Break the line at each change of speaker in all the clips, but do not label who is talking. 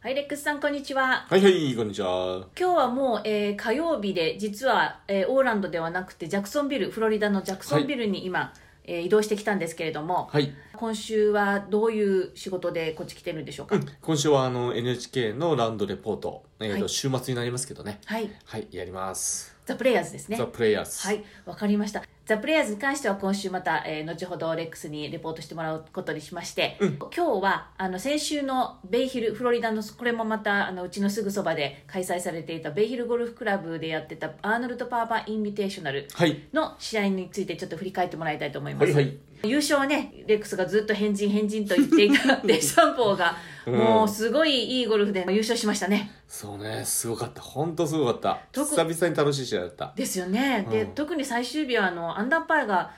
はい、レックスさん、こんにちは。
はいはい、こんにちは。
今日はもう、えー火曜日で、実は、えーオーランドではなくて、ジャクソンビル、フロリダのジャクソンビルに今、えー移動してきたんですけれども、
はい。
今週はどういう仕事でこっち来てるんでしょうか。
今週はあの NHK のラウンドレポート、えーと
はい
週末になりますけどね。
はい、
はい、やります。
ザ・プレイヤーズですね。
ザ・プレイヤーズ。
は。い、わかりました。ザ・プレイヤーズに関しては今週また、えー後ほどレックスにレポートしてもらうことにしまして、今日はあの先週のベイヒルフロリダのこれもまたあのうちのすぐそばで開催されていたベイヒルゴルフクラブでやってたアーノルド・パーバーインビテーショナル
はい。
の試合についてちょっと振り返ってもらいたいと思います。
はいはい。
優勝はね、レックスがずっと変人変人と言っていた デシャンボーが、
うん
もうすごいいいゴルフで優勝しましたね。
そうね、すごかった。ほんとすごかった。
特
久々に楽しい試合だった。
ですよね、で
うん
特に最終日はあのアンダーパーが、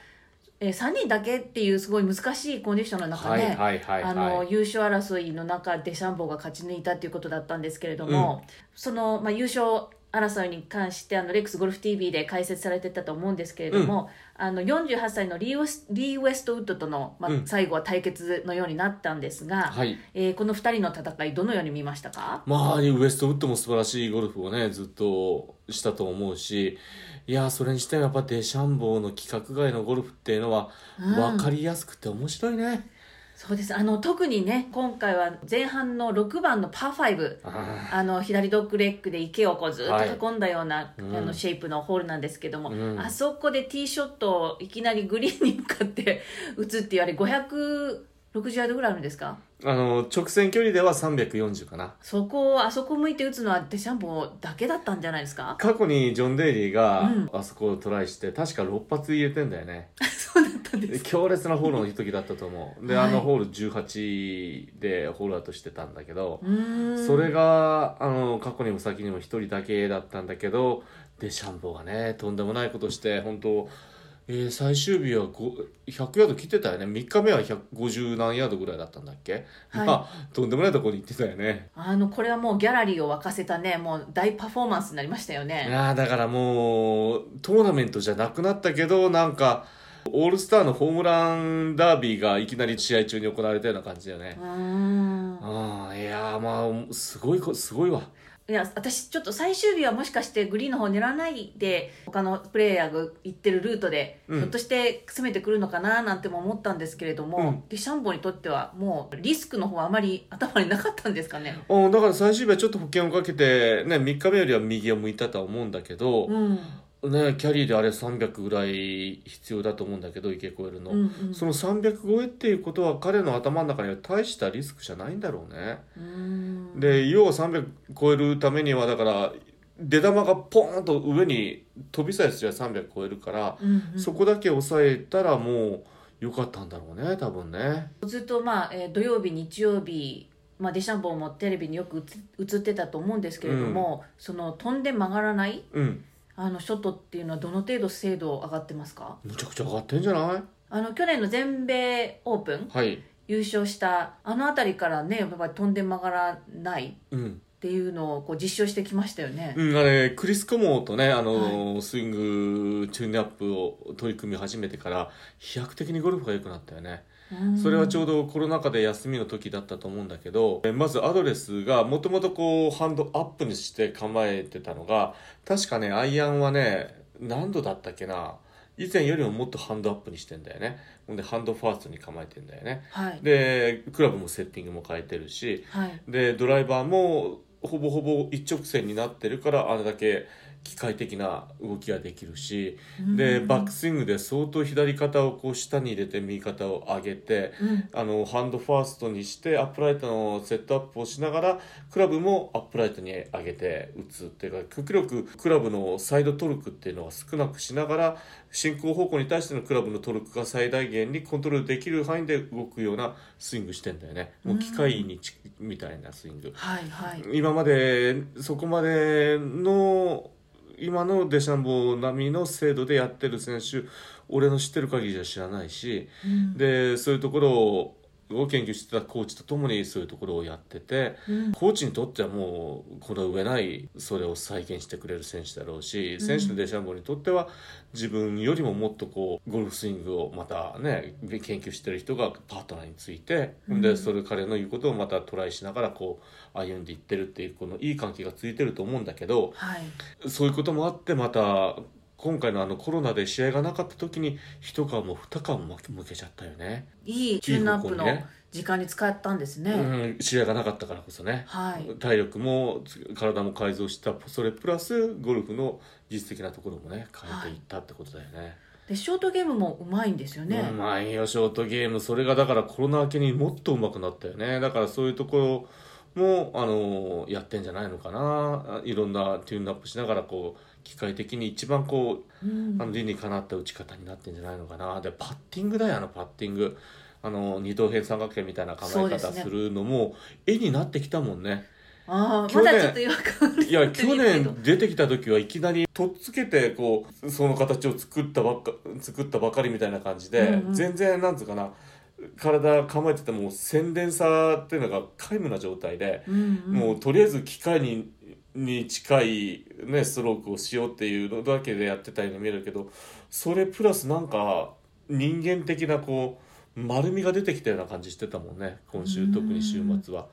えー3人だけっていうすごい難しいコンディションの中
はい
で、
はいはい
あの
はい。
優勝争いの中デシャンボーが勝ち抜いたっていうことだったんですけれども、その、まあ、優勝争いに関してあのレックスゴルフ TV で解説されてたと思うんですけれども、あの48歳のリーウェスリー・ウェストウッドとの、まあ
うん
最後は対決のようになったんですが、
はい。
えーこの2人の戦いどのように見ましたか
まあ、ウエストウッドも素晴らしいゴルフをね、ずっとしたと思うし、いや、それにしてもやっぱデシャンボーの規格外のゴルフっていうのは、
うん
わかりやすくて面白いね。
そうですあの特にね今回は前半の6番のパー5
あ
あの左ドッグレッグで池をこうずっと囲んだような、
うん
あのシェイプのホールなんですけども、
うん
あそこでティーショットをいきなりグリーンに向かって打つっていうあれ560ヤードぐらいあるんですか
ーあの、直線距離では340かな。
そこをあそこ向いて打つのはデシャンボーだけだったんじゃないですか
過去にジョン・デイリーが
うん
あそこをトライして、確か6発入れてんだよね
そうだったんです
強烈なホールの時だったと思うで、
はい
あのホール18でホールアウトしてたんだけど
う、ーん
それがあの過去にも先にも1人だけだったんだけどデシャンボがねとんでもないことして本当えー最終日は5 100ヤード切ってたよね3日目は150何ヤードぐらいだったんだっけ、
はい
まあとんでもないとこに行ってたよね
あのこれはもうギャラリーを沸かせたねもう大パフォーマンスになりましたよ
い
ね
やーだからもうトーナメントじゃなくなったけどなんかオールスターのホームランダービーがいきなり試合中に行われたような感じだよね
う、ーん
ああいやーまあすごいこすごいわ
いや私ちょっと最終日はもしかしてグリーンの方狙わないで他のプレイヤーが行ってるルートで、
うん
ひょっとして攻めてくるのかななんても思ったんですけれども、
うん
デシャンボにとってはもうリスクの方はあまり頭になかったんですかね。
うんだから最終日はちょっと保険をかけて、ね、3日目よりは右を向いたとは思うんだけど、
うん
ね、キャリーであれ300ぐらい必要だと思うんだけど池越えるの、
うんうん
その300超えっていうことは彼の頭の中には大したリスクじゃないんだろうね。
うん
で要は300超えるためにはだから出玉がポーンと上に飛びさえすれば300超えるから、
うんうん
そこだけ抑えたらもう良かったんだろうね多分ね
ずっと、まあえー土曜日日曜日、まあ、デシャンボもテレビによく映映ってたと思うんですけれども、その飛んで曲がらない
うん
あのショットっていうのはどの程度精度上がってますか
むちゃくちゃ上がってんじゃない
あの去年の全米オープン
はい
優勝したあの辺りからねやっぱり飛んで曲がらないっ
うん、
ていうのをこう実証してきましたよね。
うん、あれクリス・コモーとねあの、スイングチューンアップを取り組み始めてから飛躍的にゴルフが良くなったよねそれはち
ょ
ょうどコロナ禍で休みの時だったと思うんだけどえまずアドレスがもともとこうハンドアップにして構えてたのが確かねアイアンはね何度だったっけな以前よりももっとハンドアップにしてんだよねほんでハンドファーストに構えてんだよね
はい
でクラブもセッティングも変えてるし
はい
でドライバーもほぼほぼ一直線になってるからあれだけ機械的な動きができるしで
うん
バックスイングで相当左肩をこう下に入れて右肩を上げて
うん
あのハンドファーストにしてアップライトのセットアップをしながらクラブもアップライトに上げて打つっていうか極力クラブのサイドトルクっていうのは少なくしながら進行方向に対してのクラブのトルクが最大限にコントロールできる範囲で動くようなスイングしてんだよねもう機械にちみたいなスイング
はいはい
今までそこまでの今のデシャンボー並みの精度でやってる選手俺の知ってる限りじゃ知らないし
うん
でそういうところをを研究してたコーチと共にそういうところをやってて、
うん
コーチにとってはもうこの上ないそれを再現してくれる選手だろうし、
うん
選手のデシャンボーにとっては自分よりももっとこうゴルフスイングをまたね研究してる人がパートナーについて、
うん
でそれ彼の言うことをまたトライしながらこう歩んでいってるっていうこのいい関係がついてると思うんだけど、
はい
そういうこともあってまた今回のあのコロナで試合がなかった時に一皮も二皮も向けちゃったよね、
いいチューンナップの
いい方向にね
時間に使ったんですね、
うん、試合がなかったからこそね、
はい
体力もつ体も改造したそれプラスゴルフの技術的なところもね変えていったってことだよね、
でショートゲームもうまいんですよね、
うまいよショートゲームそれがだからコロナ明けにもっと上手くなったよねだからそういうところもあのやってんじゃないのかないろんなテューンアップしながらこう機械的に一番こう
うん
あの理にかなった打ち方になってんじゃないのかなでパッティングだよあのパッティングあの二等辺三角形みたいな構
そう
え
です
方
ね
するのも絵になってきたもんね
ああ
去
ま
年
だちょっと違和感
いや
ある
去年出てきた時はいきなりとっつけてこうその形を作ったばっか作ったばかりみたいな感じで、
うんうん
全然なんつうかな体構えてても宣伝さっていうのが皆無な状態で、
うんうん
もうとりあえず機械にに近い、ね、ストロークをしようっていうのだけでやってたように見えるけどそれプラスなんか人間的なこう丸みが出てきたような感じしてたもんね今
う
週
ん
特に週末は。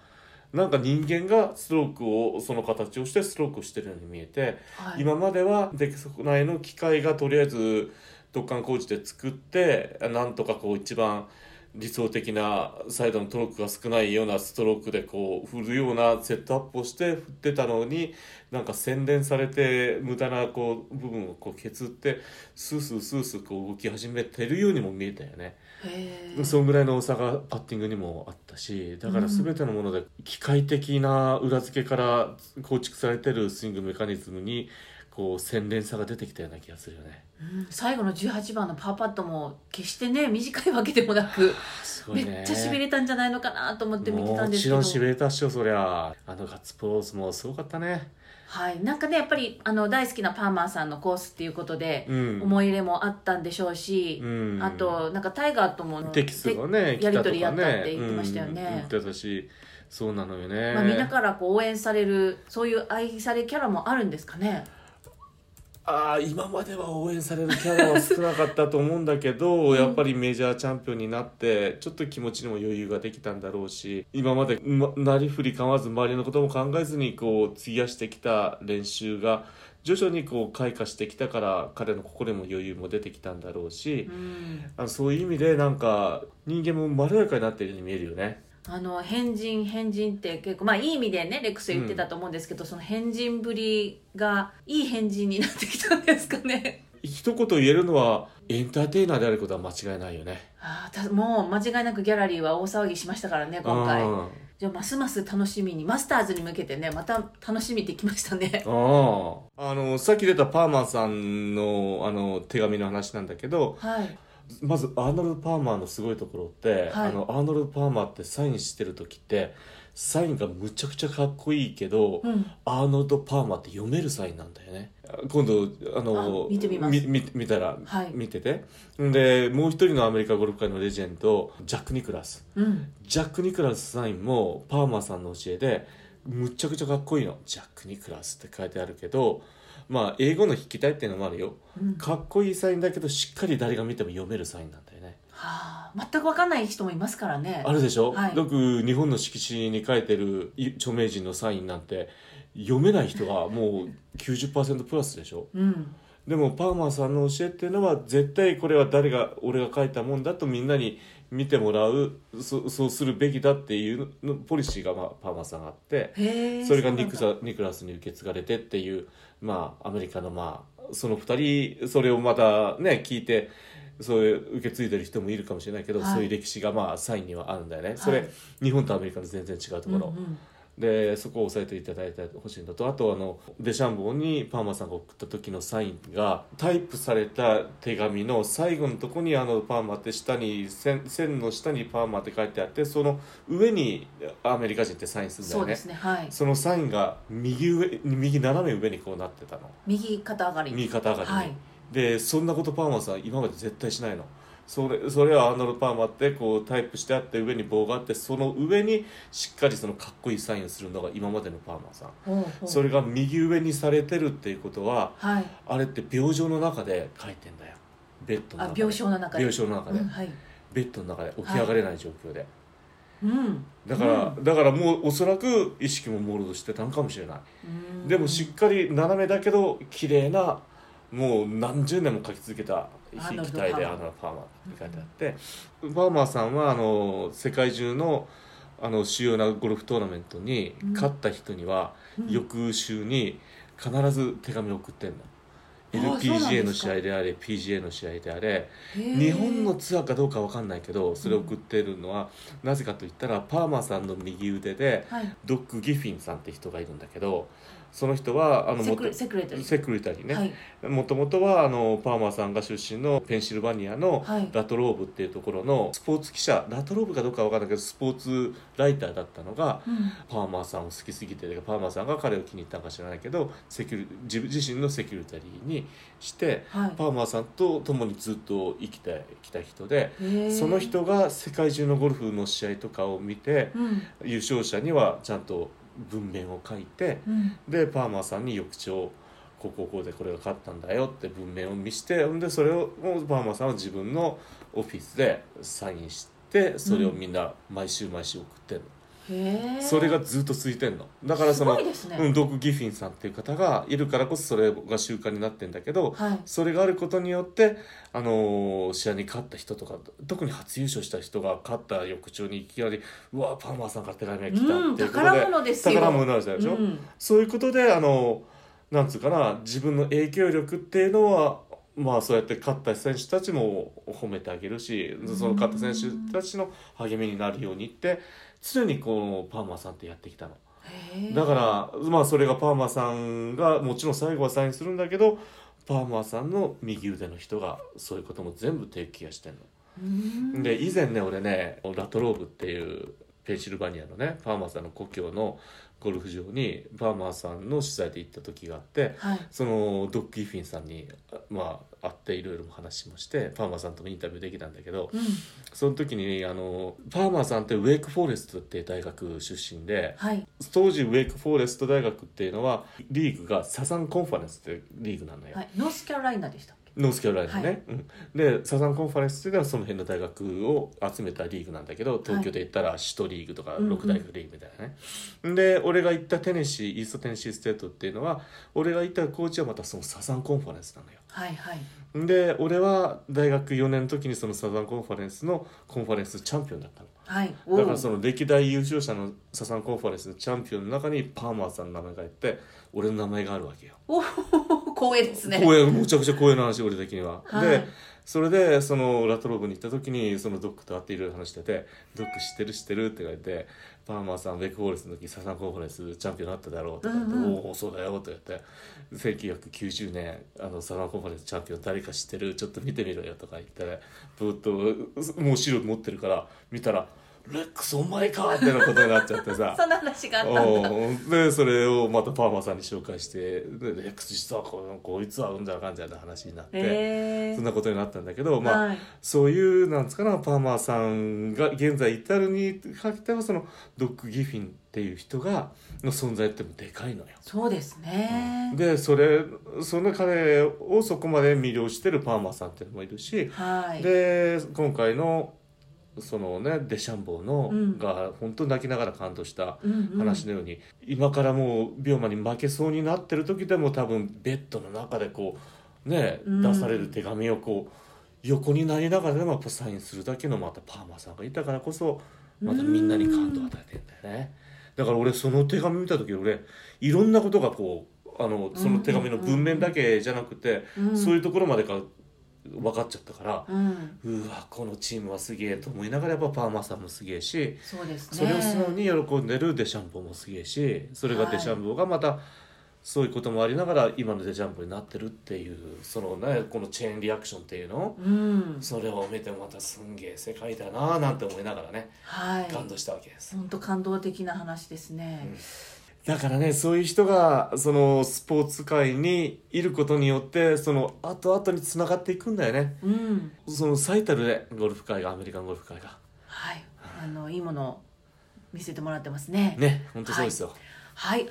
なんか人間がストロークをその形をしてストロークをしてるように見えて、
はい、
今まではでそこ内の機械がとりあえず突貫工事で作ってなんとかこう一番理想的なサイドのトロークが少ないようなストロークでこう振るようなセットアップをして振ってたのになんか洗練されて無駄なこう部分をこう削ってスースースースーこう動き始めてるようにも見えたよね。
へえ
そんぐらいの大阪パッティングにもあったしだから全てのもので機械的な裏付けから構築されてるスイングメカニズムにこう洗練さが出てきたような気がするよね。
うん最後の18番のパーパットも決してね短いわけでもなく、
すご
め
い
っ
ね
ちゃしびれたんじゃないのかなと思って見てた
も
んです
ち
けど
ろんしびれたっしょそりゃあのガッツポーズもすごかったね。
はい、なんかねやっぱりあの大好きなパーマーさんのコースっていうことで、
うん、
思い入れもあったんでしょうし、
うん
あとなんかタイガーとも
テキストがね
でやり取り
来
やった
とか
って言ってましたよね
うん言ってたしそうなのよね。
まあ、みんなからこう応援されるそういう愛されキャラもあるんですかね
ああ今までは応援されるキャラは少なかったと思うんだけど、やっぱりメジャーチャンピオンになってちょっと気持ちにも余裕ができたんだろうし今まで、ま、なりふり構わず周りのことも考えずにこう費やしてきた練習が徐々にこう開花してきたから彼の心にも余裕も出てきたんだろうし、
うん
あのそういう意味でなんか人間もまろやかになっているように見えるよね。
あの変人変人って結構まあいい意味でねレックス言ってたと思うんですけど、その変人ぶりがいい変人になってきたんですか ね
一言言えるのはエンターテイナーであることは間違いないよね。
あーたもう間違いなくギャラリーは大騒ぎしましたからね今回
うん
じゃあますます楽しみにマスターズに向けてねまた楽しみできましたね
あああのさっき出たパーマンさんのあの手紙の話なんだけど
はい
まずアーノルド・パーマーのすごいところって、
はい
あのアーノルド・パーマーってサインしてる時ってサインがむちゃくちゃかっこいいけど、
うん
アーノルド・パーマーって読めるサインなんだよね今度あの
あ見てみます
み見たら、
はい
見ててでもう一人のアメリカゴルフ界のレジェンドジャック・ニクラス
うん
ジャック・ニクラスサインもパーマーさんの教えでむちゃくちゃかっこいいの「ジャック・ニクラス」って書いてあるけどまあ英語の引きたいっていうのもあるよ
うんは
かっこいいサインだけどしっかり誰が見ても読めるサインなんだよね
あ全く分かんない人もいますからね
あるでしょ、
はい
よく日本の色紙に書いてるい著名人のサインなんて読めない人がもう90%プラスでしょ
うん
でもパーマーさんの教えっていうのは絶対これは誰が俺が書いたもんだとみんなに見てもらうそそうするべきだっていうのポリシーが、まあ、パーマーさんがあって
へえ
それがニク
そうなんだ
ザニクラスに受け継がれてっていう、まあ、アメリカの、まあ、その2人それをまたね聞いてそういう受け継いでる人もいるかもしれないけど、
はい
そういう歴史が、まあ、サインにはあるんだよね。それ、
はい
日本とアメリカの全然違うところ、
うんうん
でそこを押さえていただいてほしいのとあとあのデシャンボーにパーマさんが送った時のサインがタイプされた手紙の最後のとこにあのパーマって下に線線の下にパーマって書いてあってその上にアメリカ人ってサインするんだ
そ
よ
うで
ね
すねはい
そのサインが右上右斜め上にこうなってたの
右肩上がり
右肩上がりに、
はい
でそんなことパーマさん今まで絶対しないのそれそれはアーノルド・パーマってこうタイプしてあって上に棒があってその上にしっかりそのかっこいいサインをするのが今までのパーマさん
ほうほう
それが右上にされてるっていうことは
はい
あれって病状の中で書いてんだよベッドの
あ
中で
病床の中で
病床の中で、
うんはい
ベッドの中で起き上がれない状況で、
うん
だから、だからもうおそらく意識も朦朧としてたのかもしれないでもしっかり斜めだけど綺麗なもう何十年も描き続けた筆記体で
ア
ア
ー
ナ・パーマって書いてあって、パーマーさんはあの世界中のあの主要なゴルフトーナメントに
うん
勝った人には、
うん
翌週に必ず手紙を送ってんの。
あーそうなんです
LPGA
か
の試合であれ PGA の試合であれ
へえ
日本のツアーかどうかわかんないけどそれを送ってるのはなぜかと言ったらパーマーさんの右腕で
はい
ドッグ・ギフィンさんって人がいるんだけどその人はあの
セ
もと
クレセクレタリー
セクレタリー
は
ね
い
もともとはあのパーマーさんが出身のペンシルバニアの
はい
ラトローブっていうところのスポーツ記者ラトローブかどうかわかんないけどスポーツライターだったのが
うん
パーマーさんを好きすぎてパーマーさんが彼を気に入ったのか知らないけどセキュリ自分自身のセキュリタリーにして
はい
パーマーさんと共にずっと生きてきた人で
へえ
その人が世界中のゴルフの試合とかを見て
うん
優勝者にはちゃんと文面を書いて
うん
でパーマーさんに翌朝こうこうこうでこれが勝ったんだよって文面を見してほんでそれをもうパーマーさんは自分のオフィスでサインしてそれをみんな毎週毎週送ってんの、
へえ
それがずっと続いてんのだからその、
すごいですね
うん、ドッグ・ギフィンさんっていう方がいるからこそそれが習慣になってんだけど
はい
それがあることによって、あのー試合に勝った人とか特に初優勝した人が勝った翌朝にいきなり「うわパーマーさんから手紙が来た」っていう
う
こ
ん
とで
宝物ですよ
宝物になるじゃないでしょ、
うん
そういうことであのなんつうかな自分の影響力っていうのはまあそうやって勝った選手たちも褒めてあげるしその勝った選手たちの励みになるようにって常にこのパーマーさんってやってきたの。
へえ
だから、まあ、それがパーマさんがもちろん最後はサインするんだけどパーマさんの右腕の人がそういうことも全部テイクケアしてん
うん
の。で以前ね俺ねラトローブっていうペンシルバニアのねパーマさんの故郷のゴルフ場にパーマさんの取材で行った時があって
はい
そのドッキー・フィンさんに、まあ、会っていろいろ話もしてパーマさんともインタビューできたんだけど
うん
その時にあのパーマさんってウェイクフォレストっていう大学出身で。
はい
当時ウェイクフォーレスト大学っていうのはリーグがサザンコンファレンスっていうリーグなのよ、
はいノースキャロライナでしたっけ
ノースキャロライナね、
は
うん、でサザンコンファレンスっていうのはその辺の大学を集めたリーグなんだけど東京で言ったら首都リーグとか
うんうん
6大学リーグみたいなね、で俺が行ったテネシーイーストテネシーステートっていうのは俺が行ったコーチはまたそのサザンコンファレンスなのよ
はいはい
で俺は大学4年の時にそのサザンコンファレンスのコンファレンスチャンピオンだったの
はい
だからそ
の
の歴代優勝者のサザンコンファレンスのチャンピオンの中にパーマーさんの名前がいて俺の名前があるわけよ、
光栄ですね
光栄むちゃくちゃ光栄な話俺的には、
はい
でそれでそのラトローブに行った時にそのドックと会っていろいろ話してて「ドック知ってる知ってる」って言われて「パーマーさんウェイクフォーレスの時サザンコンファレンスチャンピオンになっただろう」とか言って「
うんうん
おおそうだよ」って言って1990年あのサザンコンファレンスチャンピオン誰か知ってるちょっと見てみろよとか言ったらぶーっともう資料持ってるから見たら「レックスお前か!」ってなことになっちゃってさ
そんな話があったんだ
おうでそれをまたパーマさんに紹介して「でレックス実はここいつはうんじゃらかんじゃら」って話になって、
へえ
そんなことになったんだけど、まあ
はい
そういうなんつうかなパーマさんが現在至るにかけてはそのドッグ・ギフィンっていう人がの存在ってもでかいのよ。
そうですね
でそれその彼をそこまで魅了してるパーマさんっていうのもいるし、
はい
で今回のそのねデシャンボーの、
うん
が本当泣きながら感動した
うんうん
話のように、今からもう病魔に負けそうになってる時でも多分ベッドの中でこうね
うん
出される手紙をこう横になりながらでもやっぱサインするだけのまたパーマさんがいたからこそまたみんなに感動を与えてんだよね。だから俺その手紙見た時俺いろんなことがこうあのその手紙の文面だけじゃなくて、
うん
そういうところまでが分かっちゃったから、
うん
うわこのチームはすげえと思いながらやっぱパーマさんもすげえし
そうですね
それを素直に喜んでるデシャンボーもすげえしそれがデシャンボーがまたそういうこともありながら今のデシャンボーになってるっていうそのねこのチェーンリアクションっていうの
うん
それを見てまたすんげえ世界だなあなんて思いながらね
はい
感動したわけです。
本当感動的な話ですね、
だからねそういう人がそのスポーツ界にいることによってその後々につながっていくんだよね
うん
その最たるねゴルフ界がアメリカンゴルフ界が
はいあのいいものを見せてもらってますね
ね本当そうですよ、
はい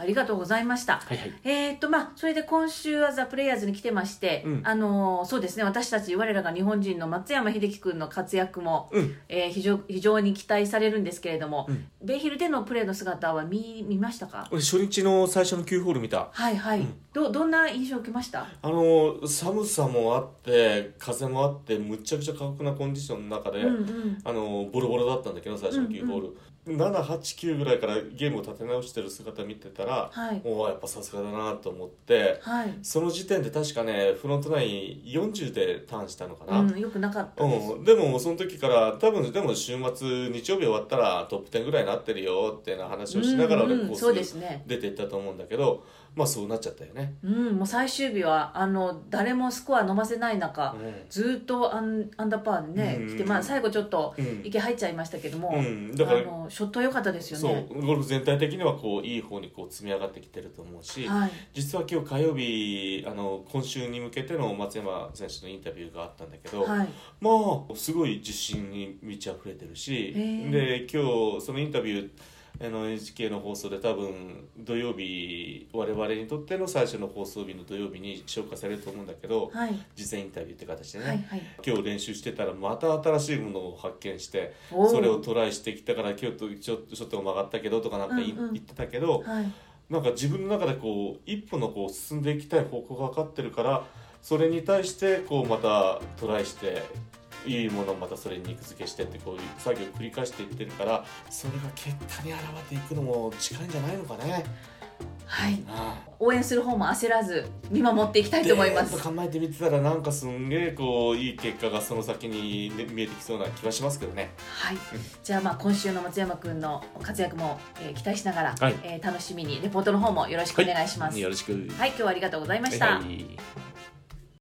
ありがとうございました
はい、はい
えーとまあ、それで今週はザ・プレイヤーズに来てまして、
うん
あのーそうですね私たち我らが日本人の松山英樹君の活躍も、
うん
えー非常非常に期待されるんですけれども、
うん
ベイヒルでのプレーの姿は見見ましたか
俺初日の最初の9ホール見た
はいはい、
うん
どどんな印象を受けました
あの寒さもあって風もあってむちゃくちゃ過酷なコンディションの中で、
うんうん
あのボロボロだったんだけど最初の9ホール、789ぐらいからゲームを立て直してる姿見てたら、
はい
おおやっぱさすがだなと思って
はい、
その時点で確かねフロントナイン40でターンしたのかな、
うん、よくなかったです、
うん、でもその時から多分でも週末日曜日終わったらトップ10ぐらいになってるよってな話をしながら
うんう
俺
ん
コ
そうで
ース
すね
出ていったと思うんだけどまあそうなっちゃったよね、
うん、もう最終日はあの誰もスコア伸ばせない中、
う
ずーっとアンアンダーパーでね、
うん
来て、まあ、最後ちょっと
んうん
池入っちゃいましたけども、
うん、だから
あのショット良かったですよ
そ
ね。
うゴルフ全体的にはこういい方にこう積み上がってきてると思うし、
はい、
実は今日火曜日あの今週に向けての松山選手のインタビューがあったんだけど、
はい、
まあすごい自信に満ち溢れてる
へ
し、
ー
で今日そのインタビューあの NHK の放送で多分土曜日我々にとっての最初の放送日の土曜日に消化されると思うんだけど
はい、
実践インタビューって形でね、
はい、はい。
今日練習してたらまた新しいものを発見して
おー
それをトライしてきたから今日とちょっとちょっと曲がったけどとかなんかい
うんうん
言ってたけど、
はい、
なんか自分の中でこう一歩のこう進んでいきたい方向が分かってるからそれに対してこうまたトライしていいものをまたそれに肉付けしてってこういう作業を繰り返していってるからそれが結果に現れていくのも近いんじゃないのかね。
はい。
ああ
応援する方も焦らず見守っていきたいと思いま。
です構えてみてたらなんかすんげえこういい結果がその先に、ね、見えてきそうな気はしますけどね。
はい、じゃあまあ今週の松山くんの活躍も、えー期待しながら、
はい
えー楽しみにレポートの方もよろしくお願いします。はい、
よろしく。
今日はありがとうございました。
はい